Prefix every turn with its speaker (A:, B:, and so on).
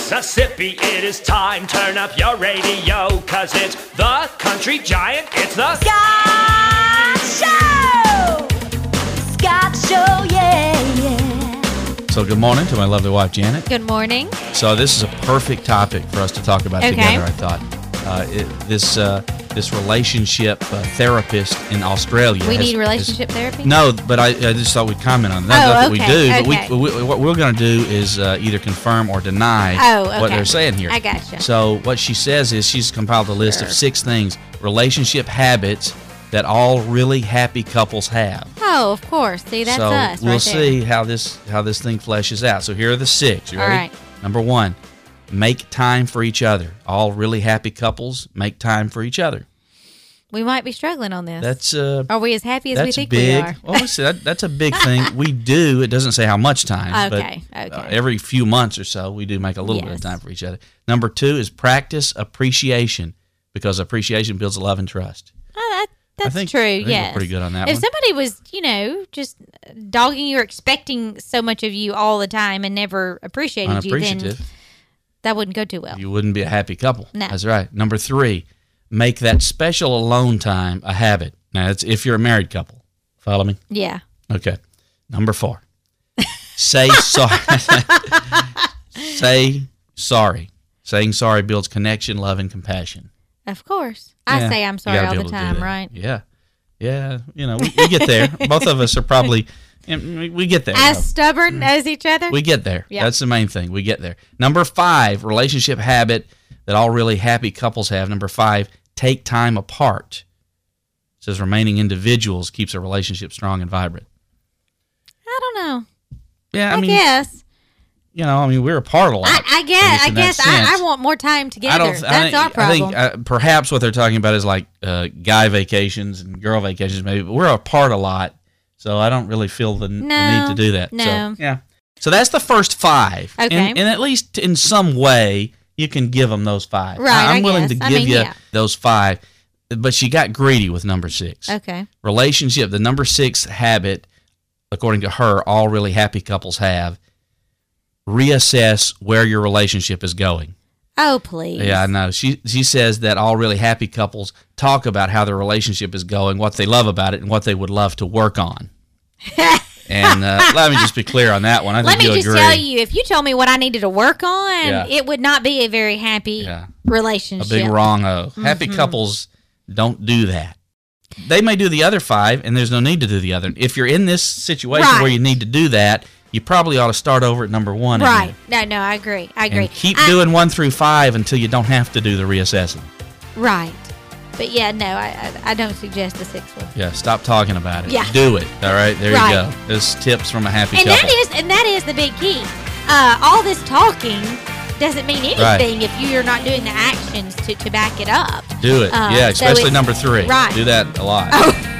A: Mississippi, it is time. Turn up your radio, cause it's the country giant. It's the
B: Scott Show! Scott Show, yeah, yeah.
C: So good morning to my lovely wife Janet.
D: Good morning.
C: So this is a perfect topic for us to talk about
D: Okay.
C: together. I thought uh, it, this uh, this relationship uh, therapist in Australia.
D: We
C: has-
D: need
C: is-
D: relationship therapy?
C: No, but I, I just thought we'd comment on it. Not,
D: Oh,
C: not
D: okay,
C: that we do,
D: okay.
C: but we, we, what we're going to do is uh, either confirm or deny
D: Oh, okay.
C: what they're saying here.
D: I gotcha.
C: So what she says is she's compiled a list of
D: Sure.
C: six things relationship habits that all really happy couples have.
D: Oh, of course. See, that's
C: so
D: us.
C: we'll
D: right there.
C: see how this how this thing fleshes out. So here are the six. You
D: All
C: ready?
D: right.
C: Number one, make time for each other. All really happy couples make time for each other.
D: We might be struggling on this.
C: That's uh,
D: are we as happy as
C: that's
D: we think
C: big.
D: we
C: Oh,
D: are?
C: well, see, that, that's a big thing. We do. It doesn't say how much time.
D: Okay,
C: But,
D: okay.
C: uh, every few months or so, we do make a little bit
D: Yes.
C: of time for each other. Number two is practice appreciation because appreciation builds love and trust.
D: Oh, that, that's
C: think-
D: true.
C: I think we're
D: yes.
C: pretty good on that
D: If
C: one.
D: somebody was, you know, just dogging you or expecting so much of you all the time and never appreciated you, then
C: Unappreciative,
D: that wouldn't go too well.
C: you wouldn't be a happy couple.
D: No.
C: That's right. Number three, make that special alone time a habit. Now, that's if you're a married couple. Follow me?
D: yeah.
C: Okay. Number four. Say sorry. Say sorry. Saying sorry builds connection, love, and compassion.
D: Of course. I
C: Yeah.
D: say I'm
C: You
D: sorry
C: gotta be
D: all
C: able
D: the
C: to do
D: time,
C: that.
D: right?
C: Yeah. Yeah. You know, we, we get there. Both of us are probably, and we- we get there.
D: As stubborn as each other?
C: We get there.
D: Yeah.
C: That's the main thing. We get there. Number five, relationship habit that all really happy couples have. Number five, take time apart. It says remaining individuals keeps a relationship strong and vibrant.
D: I don't know.
C: Yeah, I,
D: I,
C: mean,
D: guess.
C: you know, I mean, we're apart a lot.
D: I, I guess.
C: least
D: I
C: in that
D: guess I,
C: sense.
D: I want more time together. That's
C: think-
D: our problem.
C: I think uh, perhaps what they're talking about is like uh, guy vacations and girl vacations. Maybe but we're apart a lot, so I don't really feel the, n- the need
D: No,
C: to do that.
D: no.
C: So, yeah. So that's the first five. And-
D: Okay.
C: And, at least in some way, you can give them those five.
D: Right,
C: I,
D: I
C: am willing
D: guess.
C: to give
D: I mean,
C: you
D: yeah.
C: those five, but she got greedy with number six.
D: Okay.
C: Relationship, the number six habit, according to her, all really happy couples have. Reassess where your relationship is going.
D: Oh, please.
C: Yeah, I know. She she says that all really happy couples talk about how their relationship is going, what they love about it, and what they would love to work on. and uh, let me just be clear on that one. I
D: Let
C: think
D: me
C: you
D: just
C: agree.
D: tell you, if you told me what I needed to work on,
C: Yeah.
D: it would not be a very happy
C: Yeah. a
D: relationship.
C: big wrong o. Happy
D: Mm-hmm.
C: couples don't do that. They may do the other five, and there's no need to do the other. If you're in this situation where
D: Right.
C: you need to do that, you probably ought to start over at number one. and-
D: Right. No, no, I agree. I
C: And,
D: agree.
C: keep
D: I-
C: doing one through five until you don't have to do the reassessing.
D: Right. But yeah, no, I, I, I don't suggest the sixth one.
C: Yeah, stop talking about it.
D: Yeah.
C: Do it. All right, there
D: Right.
C: you go. There's tips from a happy
D: And
C: couple.
D: that is and that is the big key. Uh, all this talking doesn't mean anything
C: Right.
D: if you're not doing the actions to, to back it up.
C: Do it.
D: Uh,
C: yeah,
D: so
C: especially
D: it's-
C: number three.
D: Right. Oh.
C: Do that a lot.